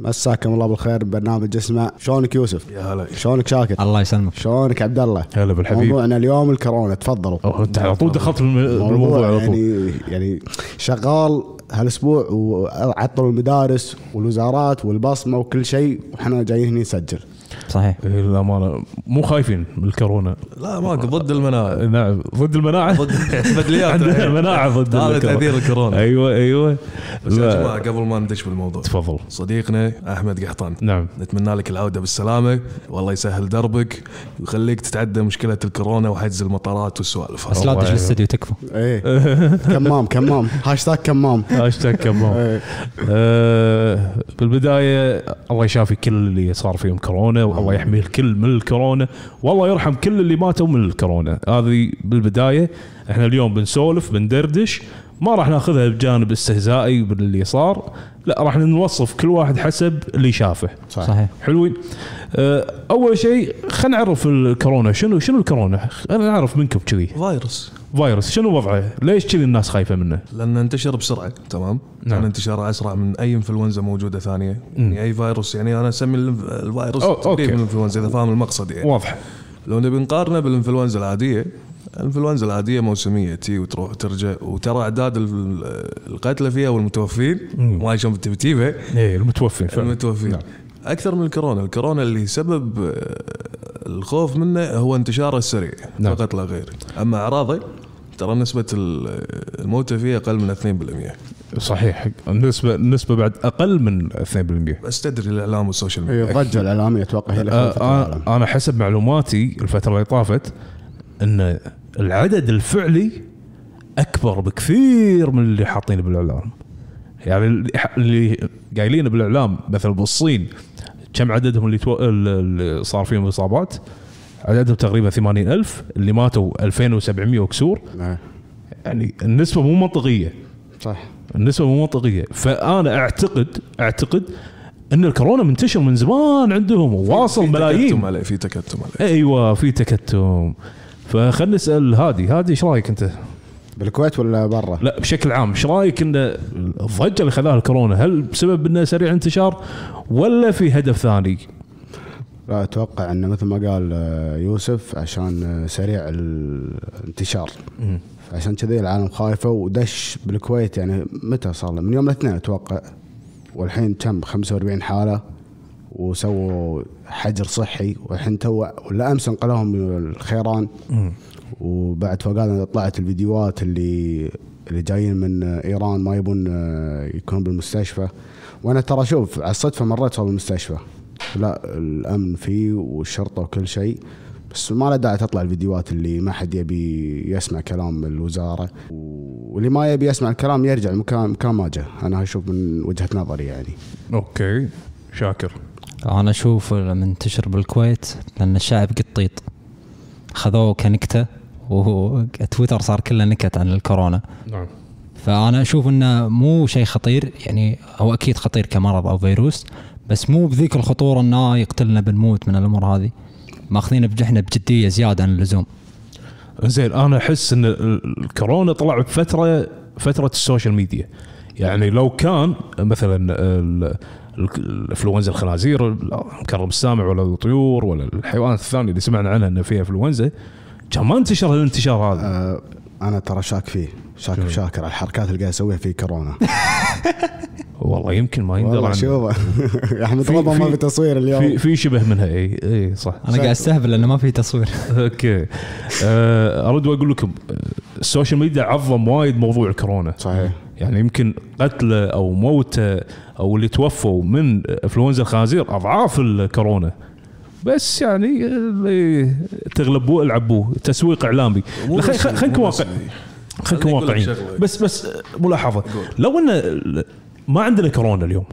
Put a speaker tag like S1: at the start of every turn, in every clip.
S1: مساكم الله بالخير ببرنامج اسمه شلونك يوسف؟
S2: يا هلا
S1: شلونك شاكر؟
S3: الله يسلمك
S1: شلونك عبد الله؟
S2: هلا بالحبيب
S1: موضوعنا اليوم الكورونا تفضلوا
S2: أوه، انت على طول دخلت بالم- بالموضوع
S1: موضوع
S2: على طول
S1: يعني يعني شغال هالاسبوع وعطلوا المدارس والوزارات والبصمه وكل شيء واحنا جايين هنا نسجل
S3: صحيح
S2: إيه، للامانه مو خايفين من الكورونا
S4: لا ماكو ضد المناعه
S2: نعم ضد المناعه
S4: ضد بدليات
S2: عندنا مناعه ضد
S4: هذا
S2: الكورونا.
S4: تاثير الكورونا
S2: ايوه ايوه
S4: بس يا
S2: لا.
S4: جماعه قبل ما ندش بالموضوع
S2: تفضل
S4: صديقنا احمد قحطان
S2: نعم
S4: نتمنى لك العوده بالسلامه والله يسهل دربك ويخليك تتعدى مشكله الكورونا وحجز المطارات والسوالف
S3: بس
S4: هذه.
S3: لا
S2: الله
S3: تدش
S2: يعينك.
S3: الاستديو تكفى
S1: ايه كمام كمام هاشتاج كمام
S2: هاشتاج كمام
S1: إيه.
S2: آه، بالبدايه الله يشافي كل اللي صار فيهم كورونا والله يحمي الكل من الكورونا والله يرحم كل اللي ماتوا من الكورونا هذه بالبدايه احنا اليوم بنسولف بندردش ما راح ناخذها بجانب استهزائي باللي صار لا راح نوصف كل واحد حسب اللي شافه
S3: صحيح
S2: حلوين آه، اول شيء خلينا نعرف الكورونا شنو شنو الكورونا خلينا نعرف منكم كذي
S4: فيروس
S2: فيروس شنو وضعه ليش كذي الناس خايفه منه
S4: لانه انتشر بسرعه تمام
S2: نعم.
S4: كان انتشاره اسرع من اي انفلونزا موجوده ثانيه يعني اي فيروس يعني انا اسمي الف- الفيروس
S2: أو- أوكي.
S4: تقريبا من الانفلونزا اذا فاهم المقصد يعني
S2: واضح
S4: لو نبي نقارنه بالانفلونزا العاديه الانفلونزا العاديه موسميه تي وتروح وترجع وترى اعداد ال- القتلى فيها والمتوفين ما يشوف بالتبتيبه
S2: ايه المتوفين فعلا
S4: المتوفين نعم. اكثر من الكورونا الكورونا اللي سبب آه، الخوف منه هو انتشاره السريع
S2: نعم.
S4: نعم. فقط لا غير اما اعراضه ترى نسبة ال- الموتى فيه أقل من 2%
S2: صحيح النسبة النسبة بعد أقل من 2%
S4: بس تدري الإعلام والسوشيال
S1: إيه،
S4: ميديا
S1: الضجه الاعلاميه اتوقع هي اللي خلت
S2: آه،
S1: العالم.
S2: أنا أنا حسب معلوماتي الفترة اللي طافت أن العدد الفعلي أكبر بكثير من اللي حاطينه بالإعلام يعني اللي ح- اللي قايلينه بالإعلام مثلا بالصين كم عددهم اللي, تو... اللي صار فيهم إصابات عددهم تقريبا 80000 اللي ماتوا 2700 وكسور
S1: إيه.
S2: يعني النسبة مو منطقية
S1: صح
S2: النسبة مو منطقية فأنا أعتقد أعتقد أن الكورونا منتشر من زمان عندهم وواصل
S4: تكتم
S2: ملايين
S4: عليه في تكتم عليه
S2: أيوة في تكتم فخلنا نسأل هادي هادي إيش رأيك أنت
S1: بالكويت ولا برا؟
S2: لا بشكل عام إيش رأيك أن الضجة اللي خلاها الكورونا هل بسبب أنه سريع انتشار ولا في هدف ثاني
S1: لا اتوقع انه مثل ما قال آه، يوسف عشان آه، سريع الانتشار عشان كذي العالم خايفه ودش بالكويت يعني متى صار له؟ من يوم الاثنين اتوقع والحين كم 45 حاله وسووا حجر صحي والحين تو ولا امس انقلوهم من الخيران وبعد فوقنا طلعت الفيديوهات اللي اللي جايين من ايران ما يبون آه، يكونون بالمستشفى وانا ترى شوف على الصدفه مريت صوب المستشفى لا الامن فيه والشرطه وكل شيء بس ما له داعي تطلع الفيديوهات اللي ما حد يبي يسمع كلام الوزاره واللي ما يبي يسمع الكلام يرجع المكان مكان ما جاء انا هشوف من وجهه نظري يعني
S2: أوكي شاكر
S3: انا اشوف منتشر بالكويت لان الشعب قطيط خذوه كنكته وتويتر صار كله نكت عن الكورونا
S2: نعم
S3: فانا اشوف انه مو شيء خطير يعني هو اكيد خطير كمرض او فيروس بس مو بذيك الخطوره انه يقتلنا بنموت من الامور هذه ماخذينه بجحنا بجديه زياده عن اللزوم
S2: زين انا احس ان ال- الكورونا طلع بفتره فتره السوشيال ميديا يعني لو كان مثلا ال- ال- الانفلونزا الخنازير ال- مكرم السامع ولا الطيور ولا الحيوانات الثانيه اللي سمعنا عنها انه فيها انفلونزا كان ما انتشر هالانتشار هذا
S1: أه انا ترى شاك فيه شاك شاكر على الحركات اللي قاعد يسويها في كورونا
S2: والله يمكن ما يندر
S1: والله
S2: عنه
S1: شوف احمد
S2: في-
S1: رضا ما
S2: في-
S1: في تصوير
S2: في
S1: اليوم
S2: في شبه منها اي اي صح
S3: انا قاعد استهبل لانه ما في تصوير
S2: اوكي أه، ارد واقول لكم أه، السوشيال ميديا عظم وايد موضوع الكورونا
S1: صحيح
S2: يعني يمكن قتله او موته او اللي توفوا من انفلونزا الخنازير اضعاف الكورونا بس يعني اللي تغلبوه العبوه تسويق اعلامي
S4: مو
S2: خل-
S4: بس-
S2: خل- خلينا نكون
S4: مو بس-
S2: واقع خلينا نكون
S4: خليني أقول لك
S2: واقعيين
S4: شغلة.
S2: بس بس ملاحظه لو ان ال- ما عندنا كورونا اليوم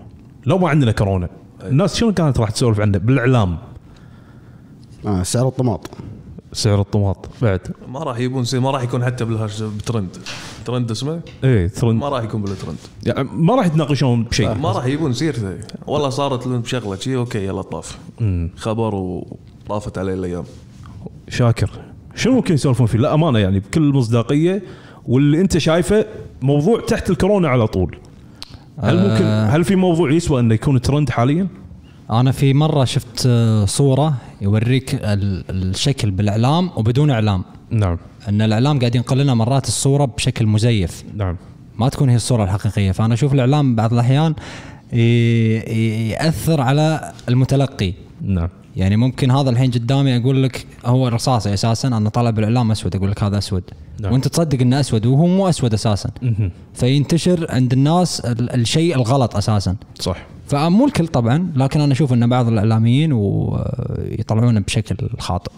S2: لو ما عندنا كورونا الناس شنو كانت راح تسولف عنه بالاعلام
S1: آه سعر الطماط
S2: سعر الطماط بعد
S4: ما راح يبون سي- ما راح يكون حتى بالهاش بترند ترند اسمه
S2: ايه ترند
S4: ما راح يكون بالترند
S2: يعني ما راح يتناقشون بشيء
S4: ما راح يبون سيرته والله صارت لهم شغله شي اوكي يلا طاف خبر وطافت عليه الايام
S2: شاكر شنو ممكن يسولفون فيه؟ لا امانه يعني بكل مصداقيه واللي انت شايفه موضوع تحت الكورونا على طول. هل ممكن هل في موضوع يسوى انه يكون ترند حاليا؟
S3: انا في مره شفت آه، صوره يوريك ال- الشكل بالاعلام وبدون اعلام
S2: نعم
S3: ان الاعلام قاعد ينقل لنا مرات الصوره بشكل مزيف
S2: نعم
S3: ما تكون هي الصوره الحقيقيه فانا اشوف الاعلام بعض الاحيان ي- ي- ياثر على المتلقي
S2: نعم
S3: يعني ممكن هذا الحين قدامي اقول لك هو رصاصي اساسا انا طالع بالاعلام اسود اقول لك هذا اسود
S2: نعم.
S3: وانت تصدق انه اسود وهو مو اسود اساسا
S2: مهم.
S3: فينتشر عند الناس ال- الشيء الغلط اساسا
S2: صح
S3: فمو الكل طبعا لكن انا اشوف ان بعض الاعلاميين ويطلعونه بشكل خاطئ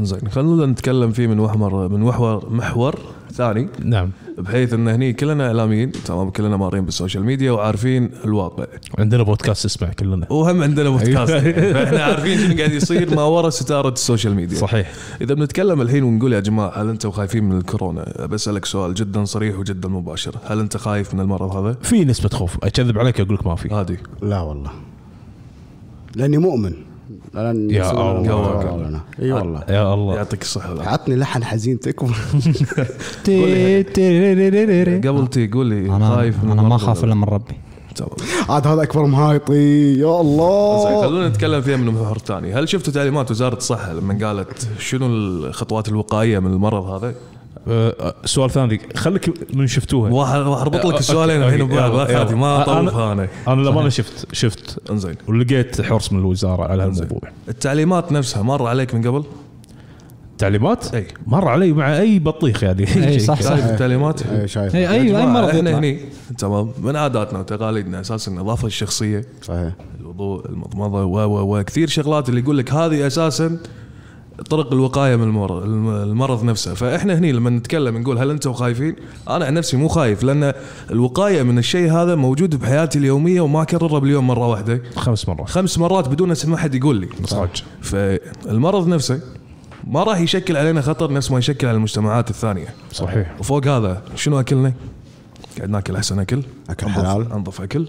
S4: زين خلونا نتكلم فيه من محور من محور محور ثاني
S2: نعم
S4: بحيث ان هني كلنا اعلاميين تمام كلنا مارين بالسوشيال ميديا وعارفين الواقع أيوة.
S2: عندنا بودكاست اسمع كلنا
S4: وهم عندنا بودكاست فاحنا عارفين شنو قاعد يصير ما وراء ستاره السوشيال ميديا
S2: صحيح
S4: اذا بنتكلم الحين ونقول يا جماعه هل انتم خايفين من الكورونا بسالك سؤال جدا صريح وجدا مباشر هل انت خايف من المرض هذا
S2: في نسبه خوف اكذب عليك اقول لك ما في
S4: هادي
S1: لا والله لاني مؤمن لان
S2: يا الله.
S1: اي والله
S2: يا الله
S4: يعطيك الصحه والعافية.
S1: عطني لحن حزين تكبر
S2: إيه.
S4: قبل تي قول لي
S3: انا
S4: خايف من
S3: انا ما
S4: المرض
S3: اخاف
S4: هذا؟
S3: الا من ربي
S4: تمام
S1: عاد هذا اكبر مهايطي يا
S4: زين،
S1: الله
S4: خلونا نتكلم فيها من محور ثاني، هل شفتوا تعليمات وزاره الصحه لما قالت شنو الخطوات الوقائيه من المرض هذا؟
S2: آه، آه، سؤال ثاني خليك من شفتوها آه،
S4: واحد راح اربط لك
S2: أوكي،
S4: السؤالين
S2: أوكي،
S4: الحين ببعض
S2: يلا،
S4: لا تخافي،
S2: يلا.
S4: ما
S2: أنا-
S4: اطوفها انا
S2: انا لما انا شفت شفت
S4: انزين
S2: ولقيت حرص من الوزاره على
S4: إنزين.
S2: هالموضوع
S4: التعليمات نفسها مر عليك من قبل؟
S2: تعليمات
S4: أي.
S2: مر علي مع اي بطيخ يعني
S3: أي، صح، صح.
S4: شايف التعليمات؟
S1: إيه، شايف
S3: اي
S4: يا
S3: اي
S4: جماعة،
S3: اي أيوة، مرض
S4: احنا
S3: يطلع.
S4: هني تمام من عاداتنا وتقاليدنا اساس النظافه الشخصيه
S1: صحيح
S4: الوضوء المضمضه و و و كثير شغلات اللي يقول لك هذه اساسا طرق الوقايه من المرض المرض نفسه فاحنا هني لما نتكلم نقول هل انتم خايفين؟ انا عن نفسي مو خايف لان الوقايه من الشيء هذا موجود بحياتي اليوميه وما اكرره باليوم مره واحده
S2: خمس مرات
S4: خمس مرات بدون اسم احد يقول لي
S2: مصاج
S4: فالمرض نفسه ما راح يشكل علينا خطر نفس ما يشكل على المجتمعات الثانيه
S2: صحيح
S4: وفوق هذا شنو اكلنا؟ قاعد ناكل احسن اكل
S1: أكل
S4: أنظف-
S1: حلال.
S4: انظف اكل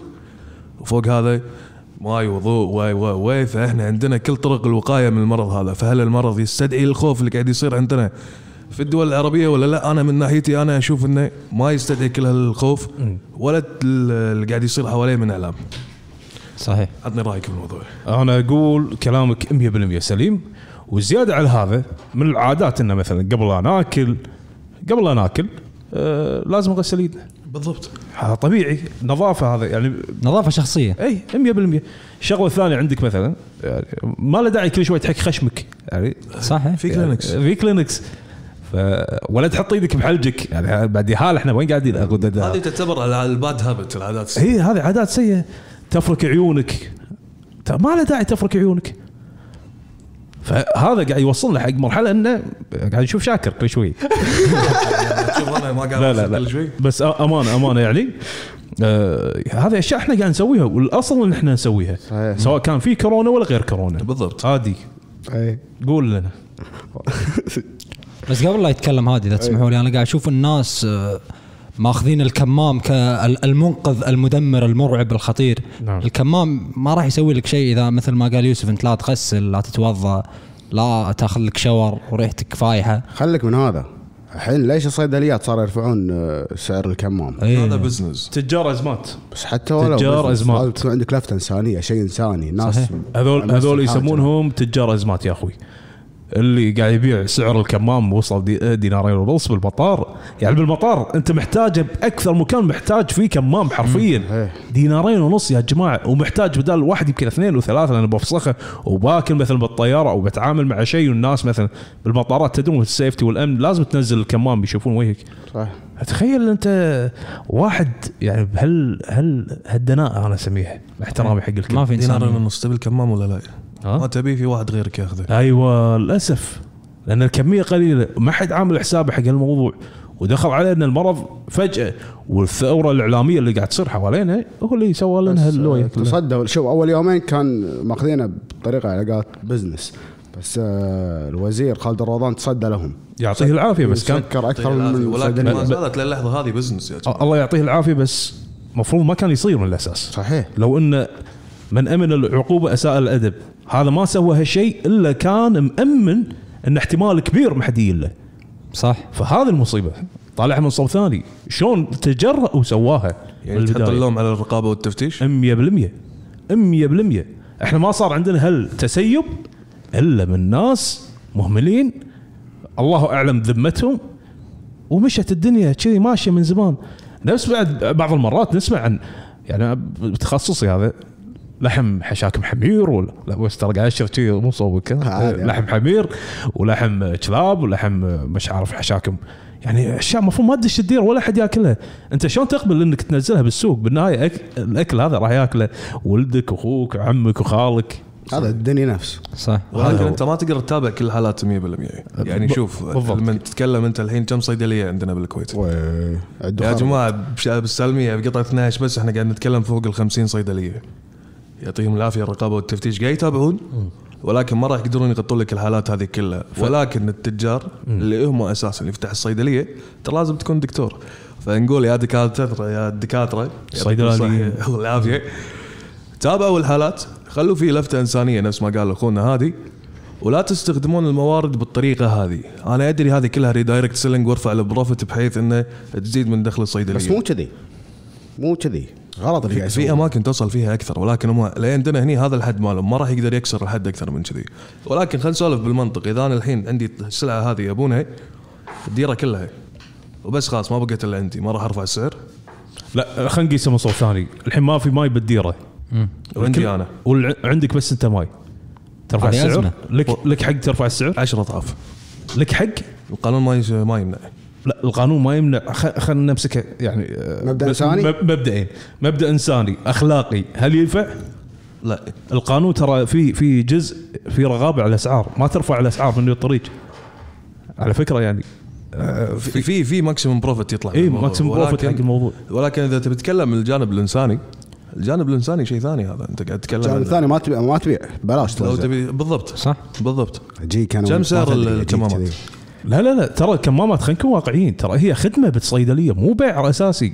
S4: وفوق هذا ماي وضوء واي واي واي فاحنا عندنا كل طرق الوقايه من المرض هذا فهل المرض يستدعي الخوف اللي قاعد يصير عندنا في الدول العربيه ولا لا انا من ناحيتي انا اشوف انه ما يستدعي كل هالخوف ولا ال- اللي قاعد يصير حواليه من اعلام
S3: صحيح
S4: عطني رايك بالموضوع
S2: انا اقول كلامك 100% سليم وزياده على هذا من العادات انه مثلا قبل لا ناكل قبل لا ناكل آه لازم نغسل ايدنا
S4: بالضبط
S2: هذا طبيعي نظافه هذا يعني
S3: نظافه شخصيه
S2: اي 100% الشغله الثانيه عندك مثلا يعني ما له داعي كل شوي تحك خشمك يعني
S3: صح
S4: في كلينكس
S2: في كلينكس ف ولا تحط ايدك بحلجك يعني بعد حال احنا وين قاعدين
S4: هذه تعتبر على الباد هابت العادات
S2: هي هذه عادات سيئه تفرك عيونك ت- ما له داعي تفرك عيونك فهذا قاعد يوصلنا حق مرحله انه قاعد نشوف شاكر كل شوي
S4: شوف انا ما قاعد
S2: لا لا
S4: أفكر شوي.
S2: لا بس أ- امانه امانه يعني آه هذه اشياء احنا قاعد نسويها والاصل ان احنا نسويها
S1: صحيح.
S2: سواء كان في كورونا ولا غير كورونا
S4: بالضبط
S2: عادي
S1: اي
S2: قول لنا
S3: بس قبل لا يتكلم هادي اذا تسمحوا لي انا قاعد اشوف الناس آه، ماخذين الكمام كالمنقذ المدمر المرعب الخطير
S2: نعم.
S3: الكمام ما راح يسوي لك شيء اذا مثل ما قال يوسف انت لا تغسل لا تتوضا لا تاخذ لك شاور وريحتك فايحه
S1: خليك من هذا الحين ليش الصيدليات صاروا يرفعون آه، سعر الكمام
S4: هذا
S3: ايه
S4: بزنس
S2: تجار ازمات
S1: بس حتى ولو
S2: تجار
S1: بزنس،
S2: أزمات.
S1: لازم تكون عندك لفته انسانيه شيء انساني ناس
S3: صحيح.
S2: هذول
S1: نفس
S2: هذول
S1: الحاجة.
S2: يسمونهم تجار ازمات يا اخوي اللي قاعد يبيع سعر الكمام وصل دي دينارين ونص بالمطار يعني بالمطار انت محتاجه باكثر مكان محتاج فيه كمام حرفيا
S3: إيه.
S1: صحيح.
S2: دينارين ونص يا جماعه ومحتاج بدال واحد يمكن اثنين وثلاثه لان بفسخه وباكل مثلا بالطياره وبتعامل مع شيء والناس مثلا بالمطارات تدرون السيفتي والامن لازم تنزل الكمام يشوفون وجهك
S1: صح
S2: تخيل انت واحد يعني بهال هل هالدناءه انا اسميها مع احترامي حق الكلمه
S3: إيه. ما في
S4: دينار
S3: انسان
S4: ونص تبي الكمام ولا لا؟
S2: ها؟
S4: ما تبي في واحد غيرك ياخذه
S2: ايوه للاسف لان الكميه قليله ما حد عامل حسابه حق الموضوع ودخل علينا المرض فجاه والثوره الاعلاميه اللي قاعد تصير حوالينا هو اللي سوى لنا هاللويه كلها
S1: تصدوا شوف اول يومين كان ماخذينه بطريقه علاقات بزنس بس آه، الوزير خالد الرضان تصدى لهم
S2: يعطيه العافيه بس كان
S1: سكر اكثر من
S4: ولكن ما
S1: الصيدليات
S4: زالت للحظه هذه بزنس يا جماعه
S2: الله يعطيه العافيه بس المفروض ما كان يصير من الاساس
S1: صحيح
S2: لو ان من امن العقوبه اساء الادب هذا ما سوى هالشيء الا كان مامن ان احتمال كبير ما حد يجي له
S3: صح
S2: فهذه المصيبه طالعها من صوب ثاني شلون تجرأ وسواها
S4: يعني تحط
S2: بالبداية.
S4: اللوم على الرقابه والتفتيش
S2: 100% 100% احنا ما صار عندنا هل تسيب الا من ناس مهملين الله اعلم ذمتهم ومشت الدنيا كذي ماشيه من زمان نفس بعد بعض المرات نسمع عن يعني أنا بتخصصي هذا لحم حشاكم حمير ولا لا بس ترى قاعد اشرب كذي مو صوبك ها؟
S1: عادي.
S2: لحم حمير ولحم كلاب ولحم مش عارف حشاكم يعني اشياء المفروض ما تدش الدير ولا حد ياكلها انت شلون تقبل انك تنزلها بالسوق بالنهايه أك... الاكل هذا راح ياكله ولدك واخوك وعمك وخالك
S1: هذا الدنيا نفس
S3: صح
S2: هذا
S4: ولكن
S2: هو.
S4: انت ما تقدر تتابع كل الحالات 100% يعني
S2: ب-
S4: شوف
S2: بالضبط.
S4: لما تتكلم انت الحين كم صيدليه عندنا بالكويت يا جماعه بش- بالسلميه بقطعه 12 بس احنا قاعد نتكلم فوق ال 50 صيدليه يعطيهم العافيه الرقابه والتفتيش قاعد يتابعون ولكن ما راح يقدرون يغطون لك الحالات هذه كلها ولكن التجار اللي هم اساسا اللي يفتح الصيدليه ترى لازم تكون دكتور فنقول يا دكاتره يا دكاتره
S2: صيدلانية.
S4: يعطيكم الصحة والعافيه تابعوا الحالات خلوا في لفته انسانيه نفس ما قال اخونا هادي ولا تستخدمون الموارد بالطريقه هذه، انا ادري هذه كلها ريدايركت سيلينج وارفع البروفيت بحيث انه تزيد من دخل الصيدليه
S1: بس مو كذي مو كذي غلط اللي قاعد
S4: في
S1: يسوونه.
S4: اماكن توصل فيها اكثر ولكن هم لين عندنا هني هذا الحد مالهم ما راح يقدر يكسر الحد اكثر من كذي ولكن خلينا نسولف بالمنطق اذا انا الحين عندي السلعه هذه يبونها الديره كلها وبس خلاص ما بقيت الا عندي ما راح ارفع السعر
S2: لا خلينا نقيسه من صوب ثاني الحين ما في ماي بالديره
S4: وعندي انا
S2: وعندك بس انت ماي ترفع
S3: هذه
S2: السعر
S3: أزمة.
S2: لك لك حق ترفع السعر
S4: 10 اضعاف
S2: لك حق
S4: القانون ما يش- ما يمنع
S2: لا القانون ما يمنع خلينا نمسكه يعني آه،
S1: مبدأ
S2: ب-
S1: إنساني؟
S2: مب- مبدئين مبدا انساني اخلاقي هل ينفع؟
S4: لا
S2: القانون ترى في في جزء في رغابه على الاسعار ما ترفع الاسعار من الطريق على فكره يعني
S4: في في في ماكسيموم بروفيت يطلع من
S2: اي
S4: الموضوع.
S2: ماكسيموم بروفيت إيه، حق
S4: ولكن-
S2: الموضوع
S4: ولكن اذا تبي تتكلم من الجانب الانساني الجانب الانساني شيء ثاني هذا انت قاعد تتكلم
S1: الجانب
S4: عن-
S1: الثاني ما تبيع ما تبيع بلاش
S4: لو
S1: توزع.
S4: تبي بالضبط
S3: صح.
S4: بالضبط
S1: اجيك انا
S4: كم
S1: ما
S4: سعر
S1: تدري، أجيك
S4: الكمامات؟
S1: كذي.
S2: لا لا لا ترى الكمامات خلينا نكون واقعيين ترى هي خدمه بالصيدليه مو بيع اساسي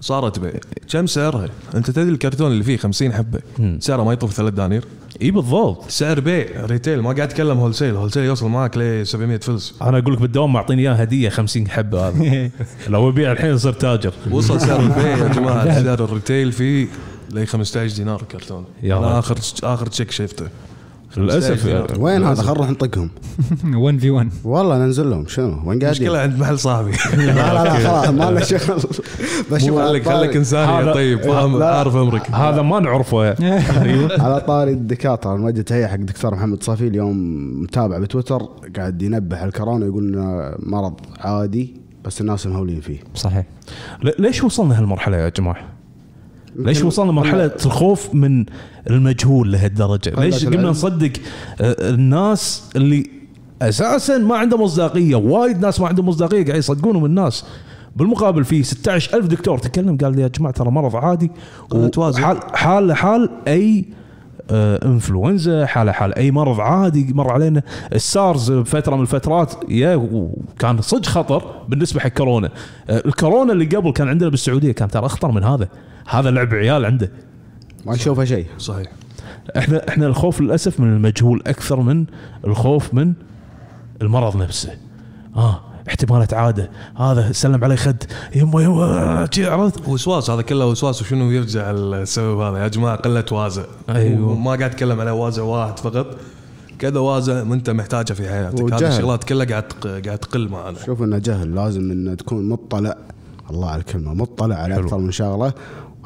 S4: صارت بيع كم سعرها؟ انت تدري الكرتون اللي فيه 50 حبه سعره ما يطوف ثلاث دنانير
S2: اي بالضبط
S4: سعر بيع ريتيل ما قاعد اتكلم هول سيل هول سيل يوصل معك ل 700 فلس
S2: انا اقول لك بالدوام معطيني اياها هديه 50 حبه هذا لو ابيع الحين صرت تاجر
S4: وصل سعر البيع يا جماعه سعر الريتيل فيه ل 15 دينار الكرتون
S2: يا رب.
S4: انا اخر اخر تشيك شفته
S2: للاسف
S4: دينار.
S1: وين هذا خل نروح نطقهم
S3: 1 في 1
S1: والله ننزل لهم شنو وين قاعدين
S4: مشكله عند محل صاحبي
S1: لا لا لا خلاص ما لنا شغل بشوف على
S4: خليك خليك
S1: طاري-
S4: انسان
S2: هذا-
S4: يا طيب فاهم-
S1: لا.
S4: عارف امرك
S2: هذا ما نعرفه
S1: على طاري الدكاتره نوجه تحيه حق الدكتور محمد صفي اليوم متابع بتويتر قاعد ينبه على الكورونا يقول انه مرض عادي بس الناس مهولين فيه
S3: صحيح
S2: ل- ليش وصلنا هالمرحله يا جماعه؟ ليش
S1: يمكن-
S2: وصلنا مرحله الخوف من المجهول لهالدرجه؟ ليش
S1: العلم.
S2: قمنا نصدق آه، الناس اللي اساسا ما عندهم مصداقيه، وايد ناس ما عندهم مصداقيه قاعد يصدقونهم الناس. بالمقابل في 16000 دكتور تكلم قال لي يا جماعه ترى مرض عادي
S4: توازن.
S2: وحال حال حال اي آه، انفلونزا حاله حال اي مرض عادي مر علينا السارز بفتره من الفترات يا وكان صدق خطر بالنسبه حق كورونا آه، الكورونا اللي قبل كان عندنا بالسعوديه كان ترى اخطر من هذا هذا لعب عيال عنده
S1: ما نشوفه شيء
S4: صحيح
S2: احنا احنا الخوف للاسف من المجهول اكثر من الخوف من المرض نفسه اه احتمالات عاده هذا سلم عليه خد يما يما جي، عرفت
S4: وسواس هذا كله وسواس وشنو يرجع السبب هذا يا جماعه قله وازع
S2: أيوة.
S4: وما قاعد اتكلم على وازع واحد فقط كذا وازع ما انت محتاجه في حياتك
S1: وجهل.
S4: هذه الشغلات كلها قاعد تق- قاعد تقل معنا
S1: شوف انه جهل لازم انه تكون مطلع الله على الكلمه مطلع على اكثر من شغله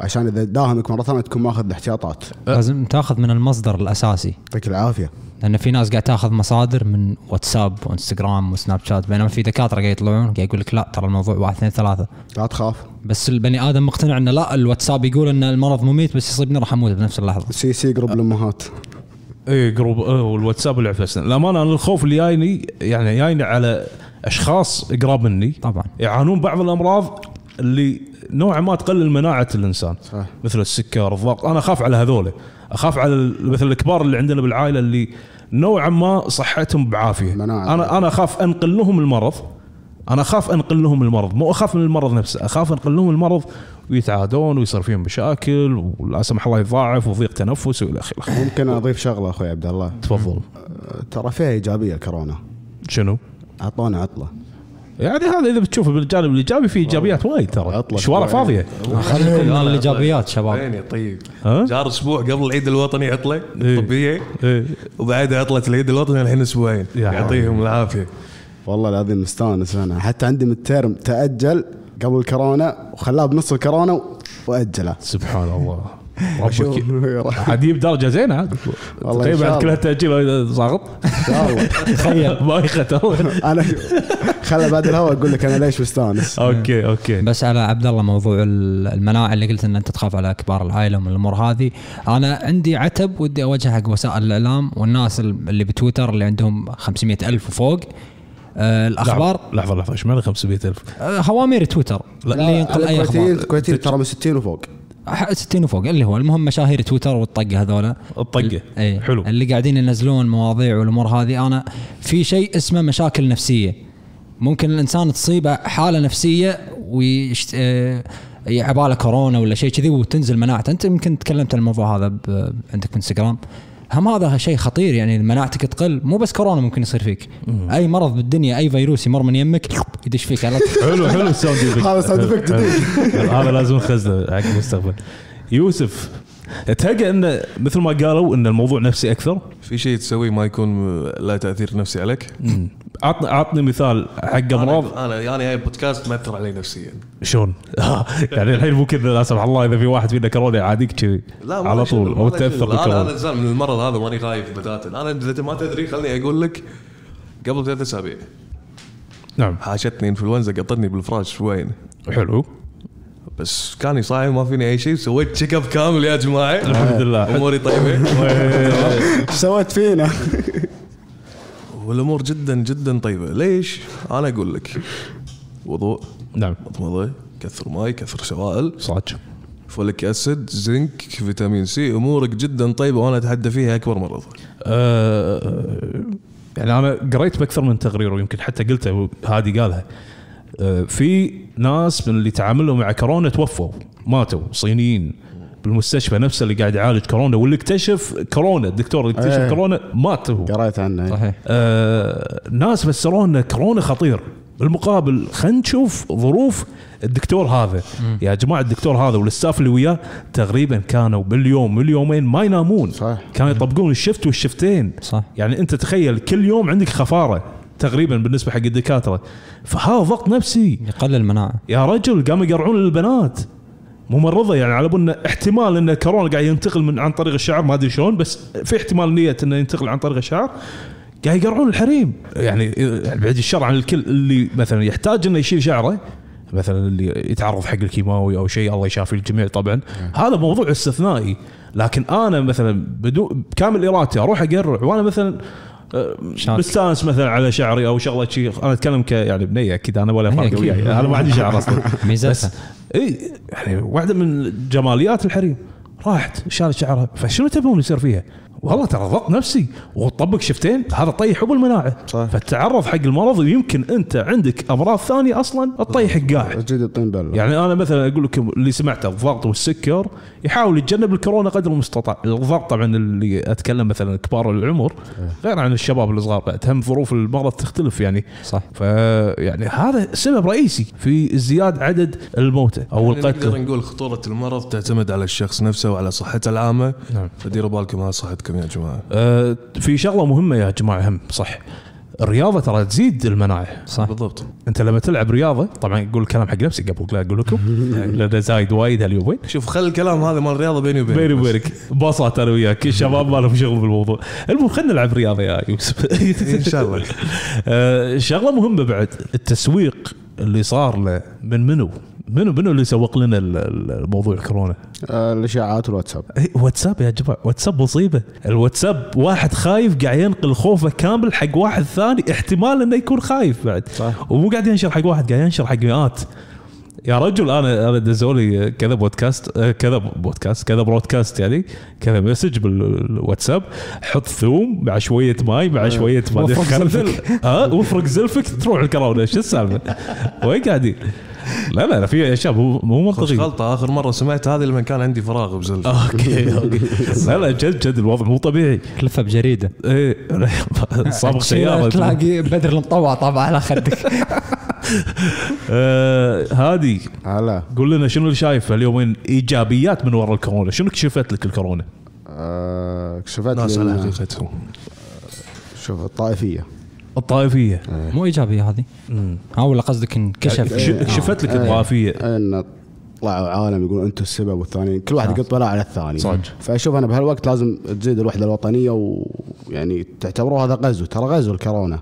S1: وعشان اذا داهمك مره ثانيه تكون ماخذ الاحتياطات
S3: لازم تاخذ من المصدر الاساسي
S1: يعطيك العافيه
S3: لان في ناس قاعد تاخذ مصادر من واتساب وانستغرام وسناب شات بينما في دكاتره قاعد يطلعون قاعد يقول لك لا ترى الموضوع واحد اثنين ثلاثه
S1: لا تخاف
S3: بس البني ادم مقتنع انه لا الواتساب يقول ان المرض مميت بس يصيبني راح اموت بنفس اللحظه
S1: سي سي جروب الامهات
S2: اي جروب اه والواتساب اللي عفسنا الامانه انا الخوف اللي جايني يعني جايني على اشخاص قراب مني
S3: طبعاً.
S2: يعانون بعض الامراض اللي نوعا ما تقلل مناعه الانسان
S1: صح.
S2: مثل السكر الضغط انا اخاف على هذول اخاف على ال- مثل الكبار اللي عندنا بالعائله اللي نوعا ما صحتهم بعافيه
S1: مناعة.
S2: انا انا اخاف انقل لهم المرض انا اخاف انقل لهم المرض مو اخاف من المرض نفسه اخاف انقل لهم المرض ويتعادون ويصير فيهم مشاكل ولا سمح الله يتضاعف وضيق تنفس والى اخره
S1: ممكن اضيف شغله اخوي عبد الله
S2: تفضل
S1: أه، ترى فيها ايجابيه الكورونا
S2: شنو؟
S1: اعطونا عطله
S2: يعني هذا اذا بتشوفه بالجانب الايجابي في ايجابيات وايد ترى
S1: عطلة
S2: شوارع
S1: أسبوعين.
S2: فاضيه
S3: خليكم من
S4: لا، لا،
S3: الايجابيات شباب
S4: عيني طيب
S2: ها؟
S4: جار اسبوع قبل العيد الوطني عطله
S2: إيه.
S4: طبيه
S2: إيه.
S4: وبعدها عطله العيد الوطني الحين اسبوعين
S2: يا حبيبي.
S4: يعطيهم العافيه
S1: والله العظيم مستانس انا حتى عندي من الترم تاجل قبل الكورونا وخلاه بنص الكورونا و- واجله
S2: سبحان الله
S1: أشوف.
S2: ربك عاد يجيب درجه زينه عاد
S1: والله
S2: طيب
S1: إن شاء
S2: بعد كل
S1: الله.
S2: هالتاجيل ساقط
S1: إن شاء الله.
S2: تخيل ما يختار
S1: انا خلى بعد الهواء اقول لك انا ليش مستانس
S2: اوكي اوكي
S3: بس على عبد الله موضوع ال- المناعه اللي قلت ان انت تخاف على كبار العائله ومن الامور هذه انا عندي عتب ودي اوجهه حق وسائل الاعلام والناس ال- اللي بتويتر اللي عندهم 500 الف وفوق آه الاخبار
S2: لحظه لحظه لحظه ايش معنى 500000
S3: آه، خوامير تويتر اللي ينقل اي
S1: الكويتيين
S3: اخبار
S1: الكويتيين ترى من 60 وفوق
S3: ح- 60 وفوق اللي هو المهم مشاهير تويتر والطقه هذولا
S2: الطقه
S4: إيه.
S3: اي
S2: حلو
S3: اللي قاعدين ينزلون مواضيع والامور هذه انا في شيء اسمه مشاكل نفسيه ممكن الانسان تصيبه حاله نفسيه ويشت... آه، عباله كورونا ولا شيء كذي وتنزل مناعته انت يمكن تكلمت عن الموضوع هذا ب... عندك انستغرام هم هذا شيء خطير يعني مناعتك تقل مو بس كورونا ممكن يصير فيك اي مرض بالدنيا اي فيروس يمر من يمك يدش فيك على طول.
S2: حلو حلو الساوند افكت
S1: هذا sound effect جديد.
S2: هذا لازم نخزنه حق المستقبل يوسف تلقى انه مثل ما قالوا ان الموضوع نفسي اكثر
S4: في شيء تسويه ما يكون لا تاثير نفسي عليك
S2: عطني عطني مثال حق امراض
S4: انا انا يعني هاي البودكاست مأثر علي نفسيا
S2: شلون؟ يعني الحين مو كذا لا سمح الله اذا في واحد فينا كورونا يعاديك كذي
S4: لا ما
S2: على
S4: شغل،
S2: طول
S4: ما
S2: او
S4: له شغل.
S2: تاثر
S4: انا انا
S2: بالكورونا
S4: انسان من المرض هذا ماني خايف بتاتا انا اذا ما تدري خلني اقول لك قبل ثلاث اسابيع
S2: نعم
S4: حاشتني انفلونزا قطتني بالفراش شوين
S2: حلو
S4: بس كاني صايم ما فيني اي شيء سويت تشيك اب كامل يا جماعه
S2: الحمد لله
S4: اموري طيبه
S1: ايش سويت فينا؟
S4: والامور جدا جدا طيبه ليش؟ انا اقول لك وضوء
S2: نعم
S4: مضمضه كثر ماي كثر سوائل
S2: صادق
S4: فوليك اسيد زنك فيتامين سي امورك جدا طيبه وانا اتحدى فيها اكبر مرض
S2: آه، يعني انا قريت باكثر من تقرير ويمكن حتى قلته هادي قالها آه، في ناس من اللي تعاملوا مع كورونا توفوا ماتوا صينيين بالمستشفى نفسه اللي قاعد يعالج كورونا واللي اكتشف كورونا الدكتور اللي اكتشف
S1: إيه.
S2: كورونا مات هو
S1: قريت عنه
S3: صحيح
S2: آه، ناس فسروا ان كورونا خطير بالمقابل خلينا نشوف ظروف الدكتور هذا يا جماعه الدكتور هذا والستاف اللي وياه تقريبا كانوا باليوم واليومين ما ينامون
S1: صح.
S2: كانوا يطبقون الشفت والشفتين
S3: صح.
S2: يعني انت تخيل كل يوم عندك خفاره تقريبا بالنسبه حق الدكاتره فهذا ضغط نفسي
S3: يقلل المناعه
S2: يا رجل قاموا يقرعون البنات ممرضه يعني على بالنا احتمال ان كورونا قاعد ينتقل من عن طريق الشعر ما ادري شلون بس في احتمال نيه انه ينتقل عن طريق الشعر قاعد يقرعون الحريم يعني يعني بعيد الشر عن الكل اللي مثلا يحتاج انه يشيل شعره مثلا اللي يتعرض حق الكيماوي او شيء الله يشافي الجميع طبعا هذا موضوع استثنائي لكن انا مثلا بدون بكامل ارادتي اروح اقرع وانا مثلا آه،
S3: شاك.
S2: مستانس مثلا على شعري او شغله شيء انا اتكلم ك يعني بنيه اكيد انا ولا فرق
S3: أكيد.
S2: وياي انا ما عندي شعر اصلا
S3: ميزتها.
S2: بس اي يعني واحده من جماليات الحريم راحت شالت شعرها فشنو تبون يصير فيها؟ والله ترى ضغط نفسي وطبق شفتين هذا طيح ابو المناعه
S1: صح.
S2: فالتعرض حق المرض ويمكن انت عندك امراض ثانيه اصلا تطيحك قاع
S1: جد الطين
S3: طيب.
S1: بله
S2: يعني انا مثلا اقول لكم اللي سمعته الضغط والسكر يحاول يتجنب الكورونا قدر المستطاع، الضغط طبعا اللي اتكلم مثلا كبار العمر
S3: إيه.
S2: غير عن الشباب الصغار بعد هم ظروف المرض تختلف يعني
S3: صح
S2: فيعني هذا سبب رئيسي في ازدياد عدد الموتى او
S4: يعني نقدر
S2: القتلى
S4: نقول خطوره المرض تعتمد على الشخص نفسه وعلى صحته العامه
S2: نعم.
S4: فديروا بالكم على صحتكم يا جماعه
S2: آه، في شغله مهمه يا جماعه هم صح الرياضه ترى تزيد المناعه
S3: صح
S4: بالضبط
S2: انت لما تلعب رياضه طبعا اقول كلام حق نفسي قبل لا اقول لكم لان زايد وايد هاليومين
S4: شوف خل الكلام هذا مال الرياضه بيني وبينك
S2: بيني
S4: بس.
S2: وبينك باصات انا وياك الشباب ما لهم شغل بالموضوع المهم خلينا نلعب رياضه يا يوسف
S4: إن شاء الله.
S2: آه، شغله مهمه بعد التسويق اللي صار له من منو منو منو اللي سوق لنا ال- ال- الموضوع الكورونا
S1: آه، الاشاعات والواتساب
S2: إيه، واتساب يا جماعه واتساب مصيبه الواتساب واحد خايف قاعد ينقل خوفه كامل حق واحد ثاني احتمال انه يكون خايف بعد
S1: صح.
S2: ومو قاعد ينشر حق واحد قاعد ينشر حق مئات يا رجل انا انا دزولي كذا بودكاست آه، كذا بودكاست كذا برودكاست يعني كذا مسج بالواتساب حط ثوم مع شويه ماي مع شويه ما أدري
S3: إيه. وافرق
S2: خردل.
S3: زلفك.
S2: ها وافرق زلفك تروح الكراونه شو السالفه؟ وين قاعدين؟ لا لا لا في اشياء مو مو
S4: خوش
S2: منطقيه
S4: غلطه اخر مره سمعت هذه لما كان عندي فراغ بزلف
S2: آه. اوكي اوكي لا لا جد جد الوضع مو طبيعي
S3: تلفه بجريده
S2: ايه صابغ
S3: تشيله
S2: سياره
S3: تلاقي بدر المطوع طابع على خدك
S2: آه، هادي
S1: هلا
S2: قول لنا شنو اللي شايفه اليومين ايجابيات من وراء الكورونا شنو كشفت لك الكورونا
S1: آه، اكتشفت
S4: ناس على
S1: لي إن-
S4: حقيقتهم
S1: شوف الطائفيه
S2: الطائفيه
S3: مو ايجابيه هذه ها ولا قصدك انكشف آه.
S2: كش- كشفت لك
S1: إيه.
S2: الطائفيه
S1: ان طلعوا عالم يقولون انتم السبب والثاني كل واحد يقط بلاء على الثاني
S2: صدق.
S1: فاشوف انا بهالوقت لازم تزيد الوحده الوطنيه ويعني تعتبروه يعني هذا غزو ترى غزو الكورونا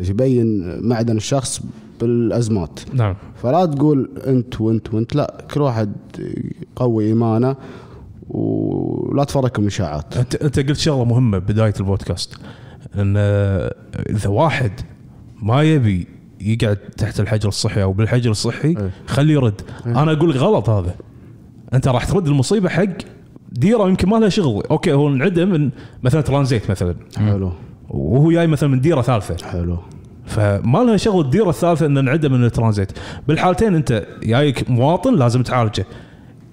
S1: يبين معدن الشخص بالازمات
S2: نعم
S1: فلا تقول انت وانت وانت لا كل واحد قوي ايمانه ولا تفرقهم اشاعات
S2: انت انت قلت شغله مهمه بدايه البودكاست ان آه، اذا واحد ما يبي يقعد تحت الحجر الصحي او بالحجر الصحي
S1: إيه.
S2: خليه يرد انا اقول لك غلط هذا انت راح ترد المصيبه حق ديره يمكن ما لها شغل اوكي هو انعدم من مثلا ترانزيت مثلا
S1: حلو
S2: وهو جاي مثلا من ديره ثالثه
S1: حلو
S2: فما لها شغل الديره الثالثه ان انعدم من الترانزيت بالحالتين انت جايك مواطن لازم تعالجه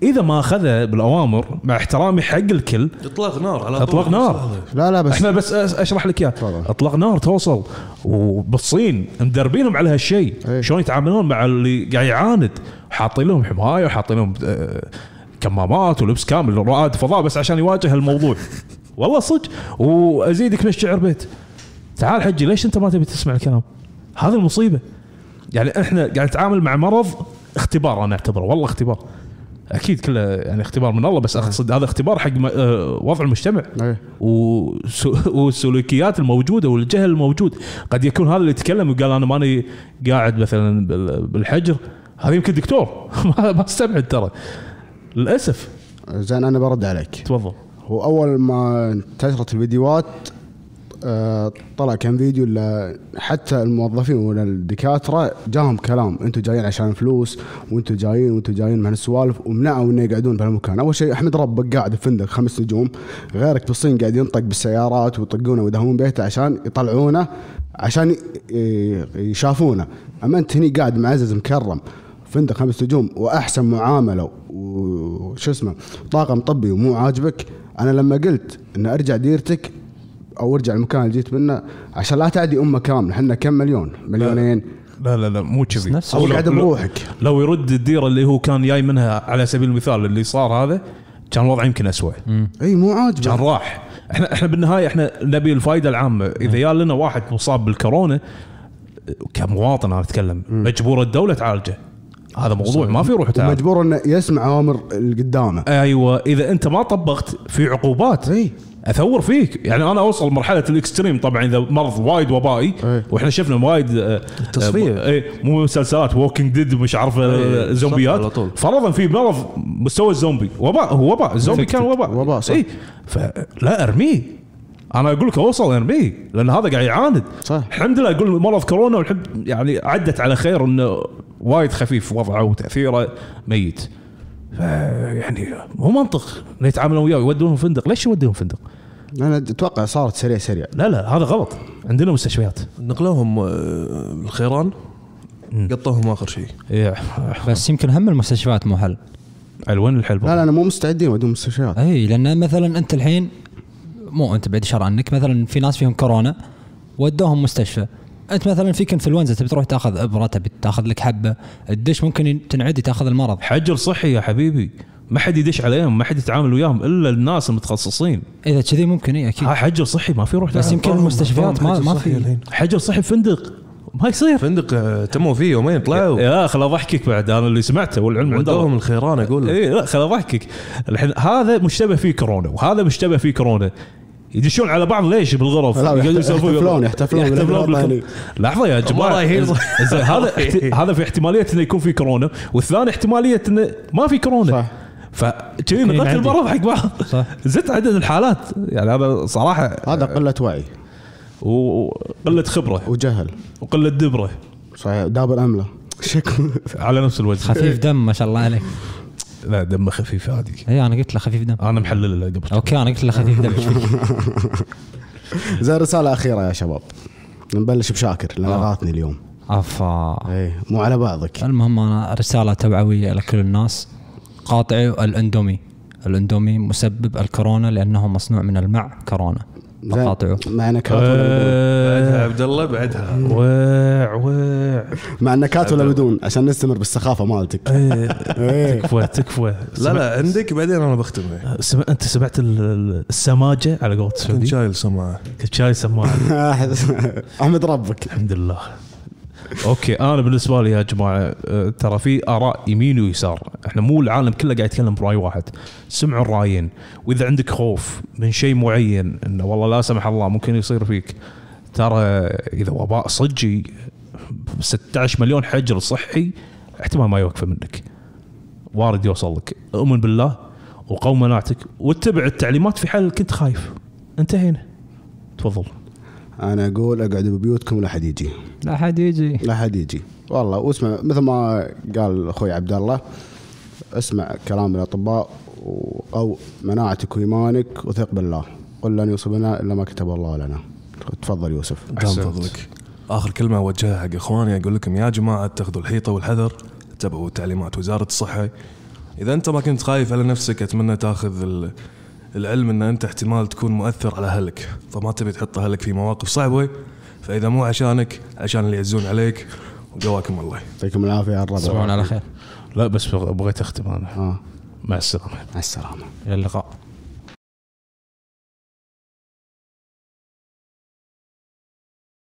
S2: اذا ما اخذه بالاوامر مع احترامي حق الكل
S4: اطلاق نار على طول.
S2: اطلاق نار
S1: لا لا بس
S2: احنا بس أس- اشرح لك اياه
S1: تفضل.
S2: اطلاق نار توصل وبالصين مدربينهم على هالشيء
S1: إيه.
S2: شلون يتعاملون مع اللي قاعد يعاند حاطين لهم حمايه وحاطين لهم آه، كمامات ولبس كامل رائد فضاء بس عشان يواجه الموضوع والله صدق وازيدك من الشعر بيت تعال حجي ليش انت ما تبي تسمع الكلام؟ هذه المصيبه يعني احنا قاعد نتعامل مع مرض اختبار انا اعتبره والله اختبار اكيد كله يعني اختبار من الله بس اقصد هذا اختبار حق م- آه، وضع المجتمع
S1: إيه.
S2: وسو- والسلوكيات الموجوده والجهل الموجود قد يكون هذا اللي يتكلم وقال انا ماني قاعد مثلا بال- بالحجر هذا يمكن دكتور ما ما استبعد ترى للاسف
S1: زين انا برد عليك
S2: تفضل
S1: هو اول ما انتشرت الفيديوهات آه، طلع كم فيديو ل- حتى الموظفين ولا الدكاتره جاهم كلام انتم جايين عشان فلوس وانتم جايين وانتم جايين من هالسوالف ومنعوا انه يقعدون بهالمكان، اول شيء احمد ربك قاعد في فندق خمس نجوم غيرك بالصين قاعد ينطق بالسيارات ويطقونه ويدهمون بيته عشان يطلعونه عشان ي- ي- يشافونه، اما انت هني قاعد معزز مكرم فندق خمس نجوم واحسن معامله وشو اسمه طاقم طبي ومو عاجبك انا لما قلت ان ارجع ديرتك او ارجع المكان اللي جيت منه عشان لا تعدي امه كامله احنا كم مليون مليونين
S2: لا لا لا مو كذي
S3: نفس
S1: او قاعد بروحك
S2: لو يرد الديره اللي هو كان جاي منها على سبيل المثال اللي صار هذا كان الوضع يمكن أسوأ
S1: اي مو
S2: كان
S1: عاجبك
S2: راح احنا احنا بالنهايه احنا نبي الفائده العامه اذا جاء لنا واحد مصاب بالكورونا كمواطن انا اتكلم مجبور الدوله تعالجه هذا موضوع ما في روح تعالج
S1: مجبور انه يسمع اوامر اللي قدامه
S2: ايوه اذا انت ما طبقت في عقوبات
S1: اي
S2: اثور فيك يعني انا اوصل مرحله الاكستريم طبعا اذا مرض وايد وبائي
S1: إيه.
S2: واحنا شفنا وايد آه،
S4: التصفية.
S2: آه، اي مو مسلسلات ووكينج ديد مش عارف
S4: إيه،
S2: آه،
S4: صح، على
S2: زومبيات
S4: طول.
S2: فرضا في مرض مستوى الزومبي وباء هو وباء الزومبي كان وباء
S1: وباء، صح.
S2: اي فلا ارميه انا اقول لك اوصل ارميه لان هذا قاعد يعاند
S1: صح.
S2: الحمد لله اقول مرض كورونا والحمد يعني عدت على خير انه وايد خفيف وضعه وتاثيره ميت ف- يعني مو منطق إنه يتعاملون وياه يودونهم فندق ليش يودونهم فندق؟
S1: انا اتوقع صارت سريع سريع
S2: لا لا هذا غلط عندنا مستشفيات
S4: نقلوهم آه، الخيران قطوهم اخر شيء
S3: بس يمكن هم المستشفيات مو حل
S2: الوين الحلبة
S1: لا لا انا مو مستعدين ودون مستشفيات
S3: اي لان مثلا انت الحين مو انت بعد شر عنك مثلا في ناس فيهم كورونا ودوهم مستشفى انت مثلا فيك انفلونزا تبي تروح تاخذ ابره تبي تاخذ لك حبه الدش ممكن ين- تنعدي تاخذ المرض
S2: حجر صحي يا حبيبي ما حد يدش عليهم ما حد يتعامل وياهم الا الناس المتخصصين
S3: اذا كذي ممكن اي اكيد
S2: ها حجر صحي ما في روح
S3: بس
S2: تعال.
S3: يمكن المستشفيات ما ما في
S2: حجر صحي فندق ما يصير
S4: فندق آه، تموا فيه يومين طلعوا
S2: يا اخي لا ضحكك بعد انا اللي سمعته والعلم
S4: ودوهم
S2: عندهم
S4: الخيران اقول لك
S2: اي لا خل اضحكك الحين هذا مشتبه فيه كورونا وهذا مشتبه فيه كورونا يدشون على بعض ليش بالغرف
S1: لا،
S2: يقعدوا
S1: يحت-
S2: يسولفون.
S1: يحتفلون- يحتفلون
S2: يحتفلون
S1: بالغرف
S2: بالخ-
S1: يعني.
S2: لحظه يا
S4: ما
S2: جماعه
S4: رايحين.
S2: زين، هذا احت- هذا في احتماليه انه يكون في كورونا والثاني احتماليه انه ما في كورونا
S1: صح.
S2: فكذي نقلت
S3: عندي.
S2: المرض حق بعض
S3: صح.
S2: زدت عدد الحالات يعني هذا صراحه
S1: هذا قله وعي
S2: وقله خبره
S1: وجهل
S2: وقله دبره
S1: صحيح دابر امله شكو
S2: على نفس الوجه
S3: خفيف دم ما شاء الله عليك
S2: لا دمه خفيف عادي
S3: اي انا قلت له خفيف دم
S2: انا محلل له قبل
S3: اوكي انا قلت له خفيف دم إيش فيك؟
S1: زين رساله اخيره يا شباب نبلش بشاكر لان
S2: آه.
S1: غاطني اليوم
S3: افا
S1: اي إيه، مو على بعضك
S3: المهم انا رساله توعويه لكل الناس قاطعوا الاندومي الاندومي مسبب الكورونا لانه مصنوع من المع كورونا
S1: زين.
S3: مقاطعه.
S1: مع نكات
S2: أه.
S1: ولا بدون؟
S2: إيه.
S4: بعدها عبد الله بعدها
S2: وع وع
S1: مع نكات ولا بدون عشان نستمر بالسخافه مالتك إيه.
S2: تكفى تكفى
S4: لا لا عندك بعدين انا بختم
S2: سمع انت سمعت ال- ال- السماجه على قولة
S4: كنت
S2: السعوديين
S4: شايل سماعه
S2: كنت شايل سماعه
S1: احمد ربك
S2: الحمد لله اوكي انا بالنسبه لي يا جماعه آه، ترى في اراء يمين ويسار احنا مو العالم كله قاعد يتكلم براي واحد سمعوا الرايين واذا عندك خوف من شيء معين انه والله لا سمح الله ممكن يصير فيك ترى اذا وباء صجي 16 مليون حجر صحي احتمال ما يوقفه منك وارد يوصل لك اؤمن بالله وقوم مناعتك واتبع التعليمات في حال كنت خايف انتهينا تفضل
S1: انا اقول اقعدوا ببيوتكم لا حد يجي
S3: لا حد يجي
S1: لا حد يجي والله واسمع مثل ما قال اخوي عبد الله اسمع كلام الاطباء او مناعتك وايمانك وثق بالله قل لن يصيبنا الا ما كتب الله لنا تفضل يوسف
S4: دام فضلك اخر كلمه اوجهها حق اخواني اقول لكم يا جماعه اتخذوا الحيطه والحذر اتبعوا تعليمات وزاره الصحه اذا انت ما كنت خايف على نفسك اتمنى تاخذ ال- العلم ان انت احتمال تكون مؤثر على اهلك فما تبي تحط اهلك في مواقف صعبه فاذا مو عشانك عشان اللي يعزون عليك وقواكم الله
S1: يعطيكم العافيه يا الربع
S3: تصبحون على خير
S2: لا بس بغ- بغيت اختم انا
S1: اه
S2: مع السلامه
S1: مع السلامه
S3: الى اللقاء